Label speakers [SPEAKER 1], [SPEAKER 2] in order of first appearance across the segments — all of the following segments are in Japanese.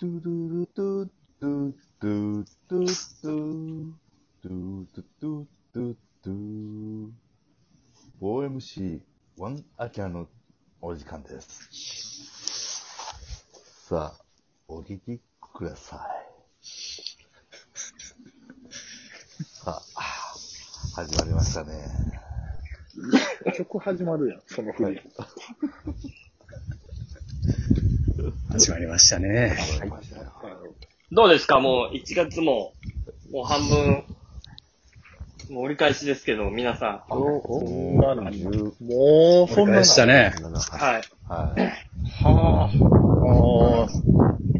[SPEAKER 1] ドゥドゥドゥドゥドゥドゥドゥドゥドゥドゥドゥドゥ OMC ワンアキャのお時間です。さあ、お聞きください。さあ、始まりましたね。
[SPEAKER 2] 曲始まるやん、その振り。
[SPEAKER 3] 始まりましたね。
[SPEAKER 1] 始まりましたよ。
[SPEAKER 2] あの
[SPEAKER 4] どうですかもう1月も、もう半分、もう折り返しですけど、皆さん。
[SPEAKER 2] こん
[SPEAKER 1] も
[SPEAKER 2] な
[SPEAKER 1] う
[SPEAKER 2] の
[SPEAKER 1] 10
[SPEAKER 2] もう、そんな
[SPEAKER 3] で
[SPEAKER 2] の。
[SPEAKER 3] したね。
[SPEAKER 1] は
[SPEAKER 4] はい。
[SPEAKER 1] い。
[SPEAKER 2] はあ。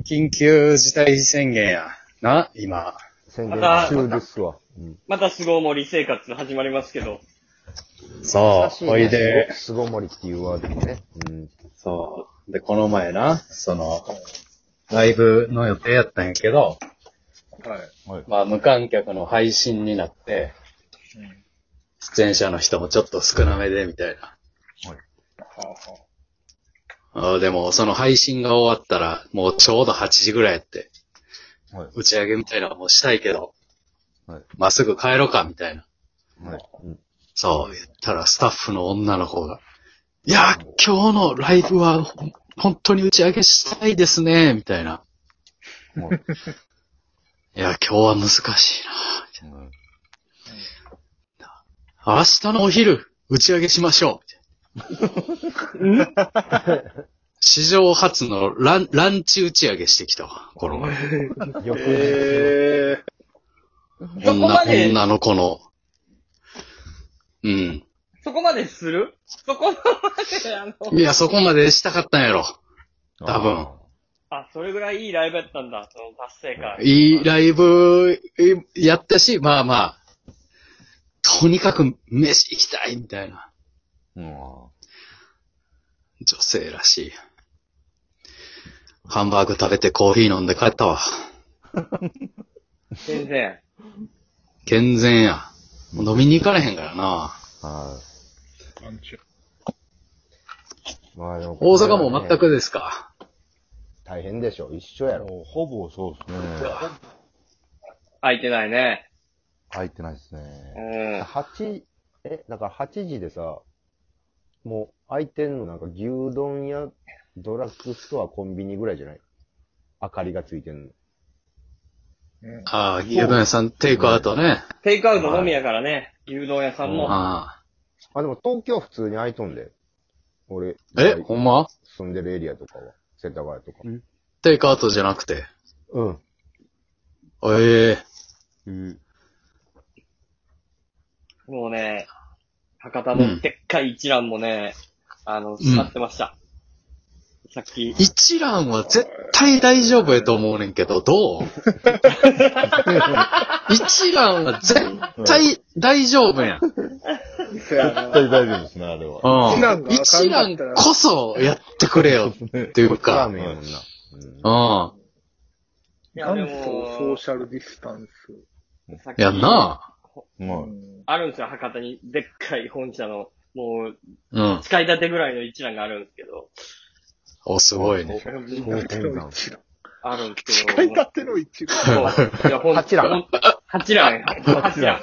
[SPEAKER 3] 緊急事態宣言や。な、今。
[SPEAKER 1] 宣言
[SPEAKER 4] また
[SPEAKER 1] 中ですわ。うん
[SPEAKER 4] また凄盛り生活始まりますけど。
[SPEAKER 3] そ
[SPEAKER 1] 久し
[SPEAKER 3] う、
[SPEAKER 1] いね
[SPEAKER 3] おいで。
[SPEAKER 1] すごもりっていうワードもね。うん。
[SPEAKER 3] そう。で、この前な、その、ライブの予定やったんやけど、
[SPEAKER 2] はい。
[SPEAKER 3] まあ、無観客の配信になって、
[SPEAKER 2] うんは
[SPEAKER 3] 出演者の人もちょっと少なめで、みたいな。
[SPEAKER 2] あはあ
[SPEAKER 3] あーでも、その配信が終わったら、もうちょうど8時ぐらいやって、
[SPEAKER 1] はい
[SPEAKER 3] 打ち上げみたいなのもしたいけど、
[SPEAKER 1] はい
[SPEAKER 3] まっすぐ帰ろうか、みたいな。
[SPEAKER 1] はい。うん
[SPEAKER 3] そう、言ったらスタッフの女の子が、いやー、今日のライブはほん本当に打ち上げしたいですね、みたいな。
[SPEAKER 1] もう
[SPEAKER 3] いや、今日は難しいな。
[SPEAKER 1] うん
[SPEAKER 3] 明日のお昼、打ち上げしましょう。史上初のランランチ打ち上げしてきたわ、この前。
[SPEAKER 1] よく
[SPEAKER 2] え
[SPEAKER 4] そこま
[SPEAKER 3] 女
[SPEAKER 4] で、
[SPEAKER 3] 女の子の。うん。
[SPEAKER 4] そこまでするそこまで、あの、
[SPEAKER 3] いや、そこまでしたかったんやろ。多分
[SPEAKER 4] あ、それぐらいいいライブやったんだ、その達成感。
[SPEAKER 3] いいライブやったし、まあまあ、とにかく飯行きたいみたいな
[SPEAKER 1] うん。
[SPEAKER 3] 女性らしい。ハンバーグ食べてコーヒー飲んで帰ったわ。
[SPEAKER 4] 全然。
[SPEAKER 3] 健全や。もう飲みに行かれへんからな。
[SPEAKER 1] は
[SPEAKER 2] ー。なんちゅ
[SPEAKER 1] い。
[SPEAKER 2] う
[SPEAKER 1] まあでも
[SPEAKER 3] 大阪も全。くですか。
[SPEAKER 5] 大変でしょ一緒やろ。
[SPEAKER 1] もうほぼそうですね。
[SPEAKER 4] 空いてないね。
[SPEAKER 1] 入ってないです
[SPEAKER 4] う
[SPEAKER 1] ね。
[SPEAKER 4] ん。
[SPEAKER 5] 8、え、だから8時でさ、もう開いてんのなんか牛丼やドラッグストア、コンビニぐらいじゃない明かりがついてんの。
[SPEAKER 2] うん
[SPEAKER 3] ああ、牛丼屋さんテイクアウトね。
[SPEAKER 4] テイクアウトのみやからね、牛丼屋さんも。
[SPEAKER 3] あ
[SPEAKER 5] あ、でも東京普通に開いとんで。俺、
[SPEAKER 3] あえ、ほんま
[SPEAKER 5] 住んでるエリアとかは、世田谷とか。
[SPEAKER 3] テイクアウトじゃなくて。
[SPEAKER 5] うん。
[SPEAKER 3] ええ
[SPEAKER 1] うん。
[SPEAKER 4] もうね、博多のでっかい一覧もね、あの、使ってました。さっき。
[SPEAKER 3] 一覧は絶対大丈夫やと思うねんけど、どう一覧は絶対大丈夫やん。うん。
[SPEAKER 2] せやな
[SPEAKER 1] 絶対大丈夫ですね、あれは。
[SPEAKER 2] 一蘭があかんかったら
[SPEAKER 3] 一覧こそやってくれよっていう
[SPEAKER 5] ラー
[SPEAKER 3] か。
[SPEAKER 5] メンやもんな。うん
[SPEAKER 3] うん。
[SPEAKER 4] いや、で
[SPEAKER 2] 元祖ソー
[SPEAKER 4] も、
[SPEAKER 2] シャルディスタンス。
[SPEAKER 4] さっき
[SPEAKER 3] やんな。
[SPEAKER 1] ま
[SPEAKER 2] うん
[SPEAKER 4] あるんですよ、博多に。でっかい本社の、もう、
[SPEAKER 3] うん。
[SPEAKER 4] 使い立てぐらいの一覧があるんですけど。
[SPEAKER 3] お、すごいね。
[SPEAKER 2] 使い立ての一覧。
[SPEAKER 4] あるんですけど。
[SPEAKER 2] 使い立ての一覧。
[SPEAKER 4] そういや、ほん
[SPEAKER 5] 八覧。
[SPEAKER 4] 八覧。八覧。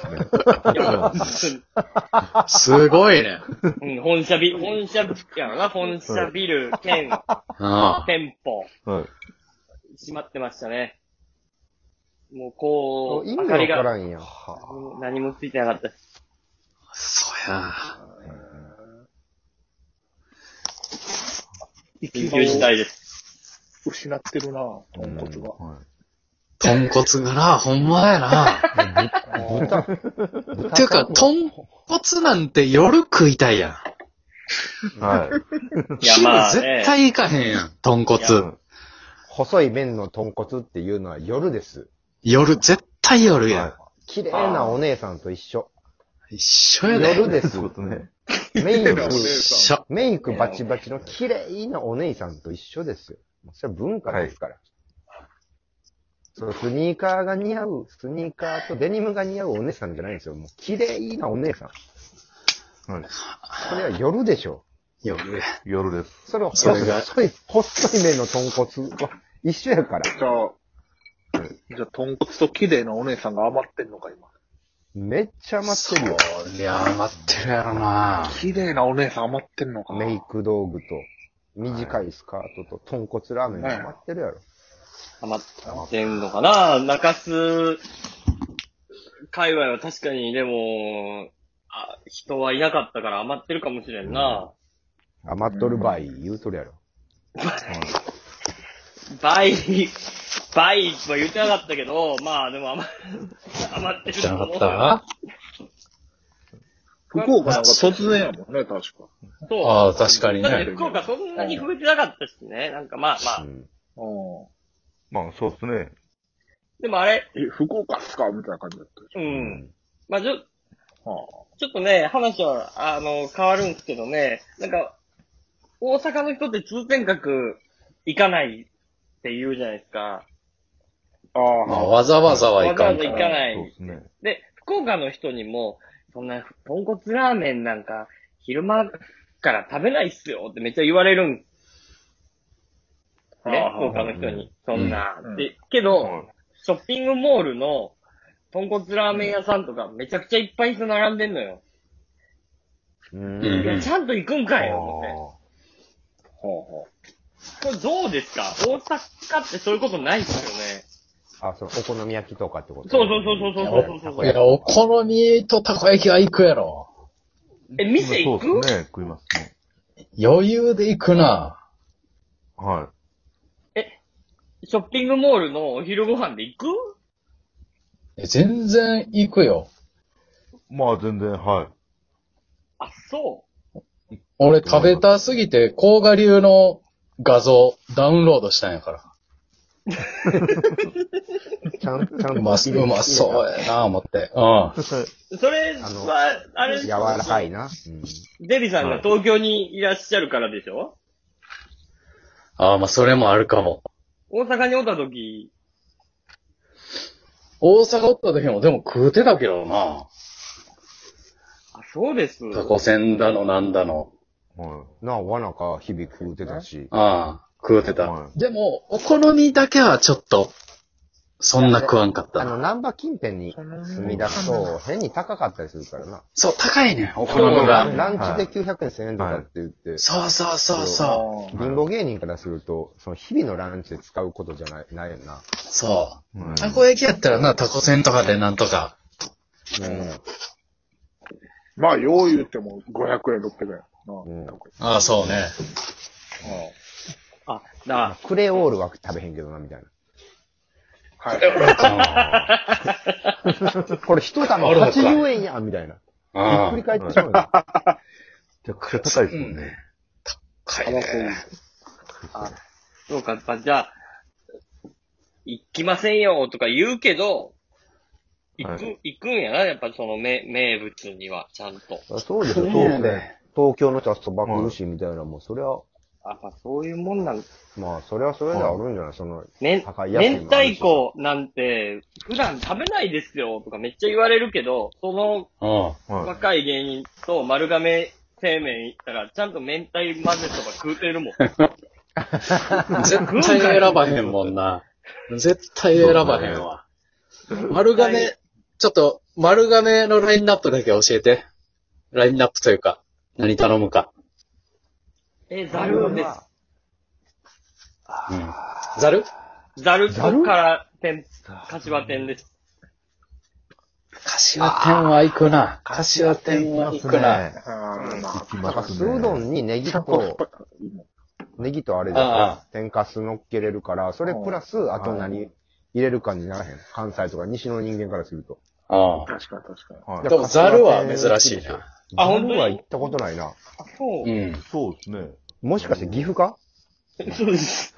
[SPEAKER 4] いや
[SPEAKER 3] すごいね。
[SPEAKER 4] うん、本社ビ、本社、やろな、本社ビル、兼、
[SPEAKER 3] うん。
[SPEAKER 4] 店舗、
[SPEAKER 1] あ。はい。
[SPEAKER 4] 閉まってましたね。もう、こう、
[SPEAKER 5] 意
[SPEAKER 4] 明
[SPEAKER 5] 味
[SPEAKER 4] か
[SPEAKER 5] わ
[SPEAKER 4] り
[SPEAKER 5] から
[SPEAKER 4] が、
[SPEAKER 5] んやん。
[SPEAKER 4] 何もついてなかったです。
[SPEAKER 3] そや。
[SPEAKER 2] 生き
[SPEAKER 4] 緊
[SPEAKER 2] 場
[SPEAKER 4] 急事
[SPEAKER 2] を
[SPEAKER 4] 態です。
[SPEAKER 2] 失ってるな、ポンコツが。
[SPEAKER 1] は
[SPEAKER 3] 豚骨がな、ほんまやな。ていうか、豚骨なんて夜食いたいやん。
[SPEAKER 1] い。はい。
[SPEAKER 4] いや、
[SPEAKER 3] 昼
[SPEAKER 4] まあ、ね
[SPEAKER 3] 絶、対行かへんやん、豚
[SPEAKER 4] いや
[SPEAKER 3] 骨。
[SPEAKER 5] 細い麺の豚骨っていうのは夜です。
[SPEAKER 3] 夜、絶対夜やん。
[SPEAKER 5] 綺麗なお姉さんと一緒。
[SPEAKER 3] 一緒やで。
[SPEAKER 5] 夜です。
[SPEAKER 1] そういうことね。
[SPEAKER 5] メ イ
[SPEAKER 2] 綺麗
[SPEAKER 5] ク
[SPEAKER 2] なお姉さん
[SPEAKER 3] 一緒。
[SPEAKER 5] メイクバチバチの綺麗なお姉さんと一緒ですよ。それは文化ですから。そうスニーカーが似合う、スニーカーとデニムが似合うお姉さんじゃないんですよ。もう綺麗なお姉さん。
[SPEAKER 1] はい。
[SPEAKER 5] それは夜でしょ。
[SPEAKER 3] 夜や。
[SPEAKER 1] 夜です。
[SPEAKER 5] それを
[SPEAKER 3] それが
[SPEAKER 5] 細い、細い面の豚骨は一緒やから。
[SPEAKER 2] じゃあ、じゃあ、豚骨と綺麗なお姉さんが余ってんのか、今。
[SPEAKER 5] めっちゃ余ってるよ。
[SPEAKER 3] いや、余ってるやろな。
[SPEAKER 2] 綺麗なお姉さん余ってんのか。
[SPEAKER 5] メイク道具と、短いスカートと、豚骨ラーメンが余ってるやろ。
[SPEAKER 4] 余ってんのかな中洲界隈は確かに、でも、あ人はいなかったから余ってるかもしれんな。
[SPEAKER 5] 余っとる場合言うとるやろ。
[SPEAKER 4] 倍、倍は言ってなかったけど、まあでも余 余ってる
[SPEAKER 3] じゃ
[SPEAKER 4] と
[SPEAKER 3] な
[SPEAKER 4] 思
[SPEAKER 3] か
[SPEAKER 4] う。
[SPEAKER 3] った
[SPEAKER 2] 福岡なんか突然やもんね、確か。
[SPEAKER 4] そう。
[SPEAKER 3] ああ、確かに
[SPEAKER 4] だって
[SPEAKER 3] ね。
[SPEAKER 4] 福岡そんなに増えてなかったしね。なんかまあま
[SPEAKER 5] う
[SPEAKER 4] あ。
[SPEAKER 5] ん
[SPEAKER 2] う
[SPEAKER 1] まあ、そうっすね。
[SPEAKER 4] でもあれ、
[SPEAKER 2] ん。え、福岡っすかみたいな感じだったでし
[SPEAKER 4] う。
[SPEAKER 5] うんん。
[SPEAKER 4] まあちょ、
[SPEAKER 2] ょ。は
[SPEAKER 4] ちょっとね、話は、あの、変わるんですけどね、なんか、大阪の人って通天閣行かないって言うじゃないですか。
[SPEAKER 2] あ。あ
[SPEAKER 3] ま
[SPEAKER 2] あ、
[SPEAKER 3] あ、わざわざはいかん
[SPEAKER 4] わざ
[SPEAKER 3] から。
[SPEAKER 4] わざ行かない
[SPEAKER 1] そうっすね。
[SPEAKER 4] で、福岡の人にも、そんな、豚骨ラーメンなんか、昼間から食べないっすよってめっちゃ言われるんね、福岡の人に。そんな
[SPEAKER 2] うん。
[SPEAKER 4] で、けど、ショッピングモールの、豚骨ラーメン屋さんとかめちゃくちゃいっぱい人並んでんのよ。
[SPEAKER 5] うん
[SPEAKER 3] うん
[SPEAKER 4] いや、ちゃんと行くんかよ、思って。
[SPEAKER 1] あ
[SPEAKER 2] ほ
[SPEAKER 4] これどうですか大阪ってそういうことないですよね。
[SPEAKER 5] あ、その、お好み焼きとかってこと
[SPEAKER 4] そうそうそうそうそうそうそう
[SPEAKER 3] いや、お好みとたこ焼きは行くやろ。
[SPEAKER 4] え、店行
[SPEAKER 1] そうっ
[SPEAKER 4] く
[SPEAKER 1] すね。食いますね。
[SPEAKER 3] 余裕で行くな。
[SPEAKER 1] は
[SPEAKER 4] ショッピングモールのお昼ご飯で行く
[SPEAKER 3] え全然行くよ。
[SPEAKER 1] い。まあ、全然、は
[SPEAKER 4] あ、そ
[SPEAKER 3] 俺食べたすぎて、甲賀流の画像ダウンロードしたんやから。
[SPEAKER 5] ちゃんちゃんと。
[SPEAKER 3] うまそう、うまそうやな、思って。う
[SPEAKER 4] う。それ
[SPEAKER 5] あの
[SPEAKER 4] は、あれ、
[SPEAKER 5] 柔らかいな。うん
[SPEAKER 4] デビさんが東京にいらっしゃるからでしょ、
[SPEAKER 3] ん。ああ、まあ、それもあるかも。
[SPEAKER 4] 大阪におった時、
[SPEAKER 3] 大阪おった時も、でも食うてたけどな。
[SPEAKER 4] あ、そうです。
[SPEAKER 3] タコせんだの、なんだの。
[SPEAKER 1] い。は
[SPEAKER 5] なあ、わなか、日々食うてたし。
[SPEAKER 3] ああ、食うてた。
[SPEAKER 1] は
[SPEAKER 3] でも、お好みだけはちょっと、そんな食わんかっ
[SPEAKER 5] あ
[SPEAKER 3] た
[SPEAKER 5] の、
[SPEAKER 3] な。
[SPEAKER 5] ナンバー近辺に住み出すと、変に高かったりするからな。
[SPEAKER 3] そう、高いねん、お好み
[SPEAKER 5] ラ
[SPEAKER 3] が。
[SPEAKER 5] ンランチで900円1000円とかって言って、
[SPEAKER 3] そうそうそう
[SPEAKER 2] う。
[SPEAKER 3] そう。
[SPEAKER 2] あ
[SPEAKER 5] 貧乏芸人からすると、その日々のランチで使うことじゃない、ないよな。
[SPEAKER 3] そ
[SPEAKER 1] い。はい
[SPEAKER 3] う。たこ焼きやったらな、たこせんとかでなんとか。
[SPEAKER 2] まあ、よう言っても500円、600円。なあ
[SPEAKER 5] うん。うん。
[SPEAKER 3] ああ、そうね。
[SPEAKER 4] あ、だ、
[SPEAKER 5] クレオールは食べへんけどな、みたい
[SPEAKER 2] はい。
[SPEAKER 5] な。これ一玉80円やん、みたいな。
[SPEAKER 3] う
[SPEAKER 5] ひ
[SPEAKER 3] ん。うん。
[SPEAKER 5] っくり返ってしまうよ。
[SPEAKER 1] じゃあ、これ高いですもんね。
[SPEAKER 3] 高
[SPEAKER 2] タ
[SPEAKER 3] い
[SPEAKER 2] バ
[SPEAKER 3] ね
[SPEAKER 2] コ。
[SPEAKER 4] あ、そうか、あじゃあ、行きませんよとか言うけど、行く、
[SPEAKER 1] は
[SPEAKER 4] 行くんやな、やっぱその名、名物には、ちゃんと。
[SPEAKER 5] そうですよ、
[SPEAKER 3] そう
[SPEAKER 5] 東京
[SPEAKER 3] ね
[SPEAKER 5] 東京の人はそば食うし、みたいな、もうそれは、
[SPEAKER 4] あ、まあ、そういうもんなん
[SPEAKER 5] まあ、それはそれであるんじゃないその、
[SPEAKER 4] めん
[SPEAKER 5] 高いやつ
[SPEAKER 4] 明太子なんて、普段食べないですよとかめっちゃ言われるけど、その
[SPEAKER 3] うん。
[SPEAKER 1] はい。
[SPEAKER 4] 若い芸人と丸亀製麺行ったら、ちゃんと明太混ぜとか食うて るもん。
[SPEAKER 3] 絶対選ばへんもんな。絶対選ばへんわ。丸
[SPEAKER 4] は
[SPEAKER 3] 亀、ちょっと、丸亀のラインナップだけ教えて。ラインナップというか、何頼むか。
[SPEAKER 4] え、ザルで
[SPEAKER 5] まあ
[SPEAKER 3] うん。ザル
[SPEAKER 4] す。ザルと
[SPEAKER 5] ざる
[SPEAKER 4] から店、柏店です。
[SPEAKER 3] 柏店は行くな。柏店は行くな。
[SPEAKER 1] ね。
[SPEAKER 2] うんまあ
[SPEAKER 1] 行き
[SPEAKER 5] なんか、
[SPEAKER 1] ます
[SPEAKER 5] 酢
[SPEAKER 1] ね。
[SPEAKER 5] うどんにネ ギと、ネギとあれで
[SPEAKER 3] あ
[SPEAKER 5] す天かす乗っけれるから、それプラス、あと何入れるかにならへん。関西とか西の人間からすると。
[SPEAKER 3] あ
[SPEAKER 2] 確かに確かに。
[SPEAKER 1] はい
[SPEAKER 3] あ。でもザルは珍しいな。
[SPEAKER 4] あ本当に
[SPEAKER 5] 僕は行ったことないな。
[SPEAKER 4] あ、そうう。
[SPEAKER 3] ん。
[SPEAKER 1] そうですね。
[SPEAKER 5] もしかして岐阜か
[SPEAKER 4] そうです。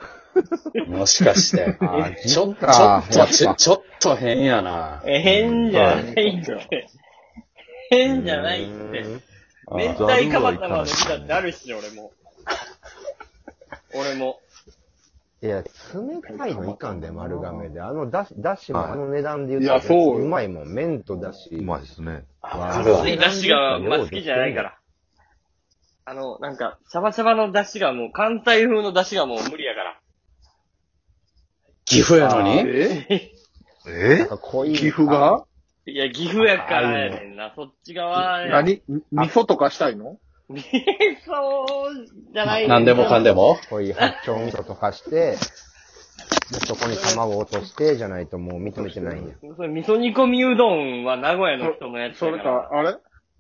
[SPEAKER 3] もしか して。
[SPEAKER 5] あ
[SPEAKER 3] ちょっと、ちょ
[SPEAKER 5] あ
[SPEAKER 3] っと、ちょちょっと変やな。
[SPEAKER 4] え、変じゃないって。変じゃないって。明太かばたまで見たってあるし、俺 も。俺も。
[SPEAKER 5] いや、冷たいのいかんで、丸亀で。あのだし、だしもあの値段で言う
[SPEAKER 2] いやそうよ
[SPEAKER 5] うまいもん。麺とだし。
[SPEAKER 1] うまいですね。
[SPEAKER 3] わかるわ
[SPEAKER 4] 熱い出汁があんま好きじゃないから。あの、なんか、シャバシャバの出汁がもう、関西風の出汁がもう無理やから。
[SPEAKER 3] 岐阜やのに
[SPEAKER 2] え
[SPEAKER 5] な
[SPEAKER 2] え
[SPEAKER 5] んか濃い。
[SPEAKER 2] 寄付が
[SPEAKER 4] いや、岐阜やからやねんな。そっち側や。
[SPEAKER 2] 何み味噌とかしたいの
[SPEAKER 4] そうじゃない
[SPEAKER 3] 何でもかんでも
[SPEAKER 5] 濃い八丁味噌とかして、で、そこに卵を落として、じゃないともう認めてないんや。
[SPEAKER 4] それ味噌煮込みうどんは名古屋の人のやつ
[SPEAKER 2] そ
[SPEAKER 4] や
[SPEAKER 2] れ
[SPEAKER 4] から
[SPEAKER 2] か、あれ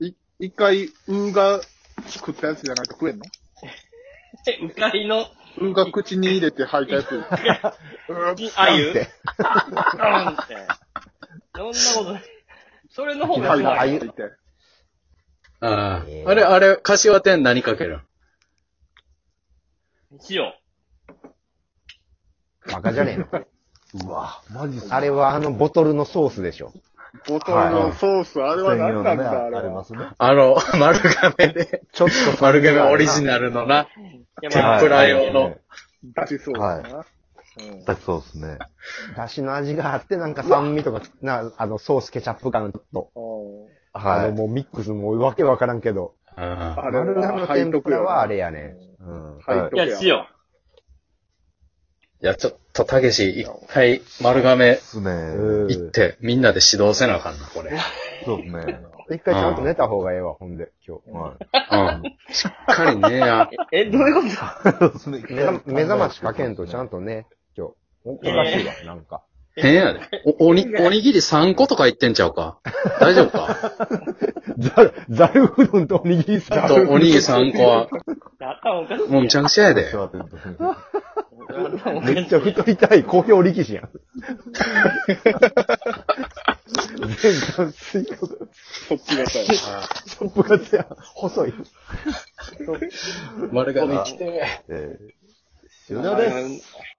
[SPEAKER 2] い一回、ウーが作ったやつじゃないと食えんの
[SPEAKER 4] えうかいの、
[SPEAKER 2] ウーが口に入れて吐いたやつ。
[SPEAKER 4] あゆ
[SPEAKER 5] っ
[SPEAKER 4] う
[SPEAKER 5] て。
[SPEAKER 4] んって。そんなことない。それの方が
[SPEAKER 2] 吐い
[SPEAKER 4] う
[SPEAKER 2] た
[SPEAKER 4] ま
[SPEAKER 2] って
[SPEAKER 4] い。
[SPEAKER 2] 言って。
[SPEAKER 3] あ
[SPEAKER 5] えー
[SPEAKER 3] あれ、あれ、柏店何かける
[SPEAKER 4] 塩。
[SPEAKER 5] バカじゃねえの。
[SPEAKER 1] うわ、マジっす
[SPEAKER 5] あれはあのボトルのソースでしょ。
[SPEAKER 2] ボトルのソース、あれは
[SPEAKER 1] 専
[SPEAKER 2] 何
[SPEAKER 1] 用の
[SPEAKER 2] なん
[SPEAKER 1] ね、
[SPEAKER 2] だ、あれ
[SPEAKER 1] あり
[SPEAKER 2] は
[SPEAKER 1] ま。すね。
[SPEAKER 3] あの、 丸亀で、
[SPEAKER 5] ちょっと。
[SPEAKER 3] 丸亀オリジナルのな。
[SPEAKER 4] いや、ま
[SPEAKER 3] 天
[SPEAKER 4] あ、
[SPEAKER 3] ぷら用の
[SPEAKER 2] だしソースな。うん
[SPEAKER 1] 全くそうですね。
[SPEAKER 5] だしの味があって、なんか酸味とか、な、あの、ソース、ケチャップ感と。
[SPEAKER 2] うん
[SPEAKER 5] あ
[SPEAKER 1] は
[SPEAKER 5] の、
[SPEAKER 1] い。
[SPEAKER 5] もうミックスもわけわからんけど。
[SPEAKER 3] うん
[SPEAKER 2] あれ
[SPEAKER 5] 丸亀の
[SPEAKER 2] は入っ
[SPEAKER 5] 天
[SPEAKER 2] と
[SPEAKER 5] ぷ
[SPEAKER 2] くよ
[SPEAKER 5] ら
[SPEAKER 2] な。
[SPEAKER 5] はあれやね。うん。
[SPEAKER 2] 入っと
[SPEAKER 4] い
[SPEAKER 2] くよ
[SPEAKER 4] や、塩。
[SPEAKER 3] いや、ちょっと、たけし、一回、丸亀
[SPEAKER 1] ですね。
[SPEAKER 5] うん
[SPEAKER 3] 行って、みんなで指導せなあかんな、これ。
[SPEAKER 1] そうですね。
[SPEAKER 5] 一回ちゃんと寝た方がええわ、ほんで、今日。
[SPEAKER 1] は
[SPEAKER 3] うん。しっかりねや。
[SPEAKER 4] え、どういうこと
[SPEAKER 1] い。そうですね。
[SPEAKER 5] 目覚 目覚ましかけんとちゃんとね、今日。おかしいわ、なんか。
[SPEAKER 3] 変やで。お、おに、おにぎり3個とか言ってんちゃうか。大丈夫か
[SPEAKER 5] ざる、ざるうどんとおにぎりさ
[SPEAKER 3] と、おにぎり3個は、
[SPEAKER 4] 頭おかしい。
[SPEAKER 3] もうむちゃくちゃやで。
[SPEAKER 1] 座ってるとね
[SPEAKER 4] 頭おかしい
[SPEAKER 5] めっちゃ太りた い、公表力士やん。全然、水曜が、
[SPEAKER 2] そっちがさ、
[SPEAKER 5] ショップがつや、細い。
[SPEAKER 3] 丸亀来て。
[SPEAKER 1] えー、終了です。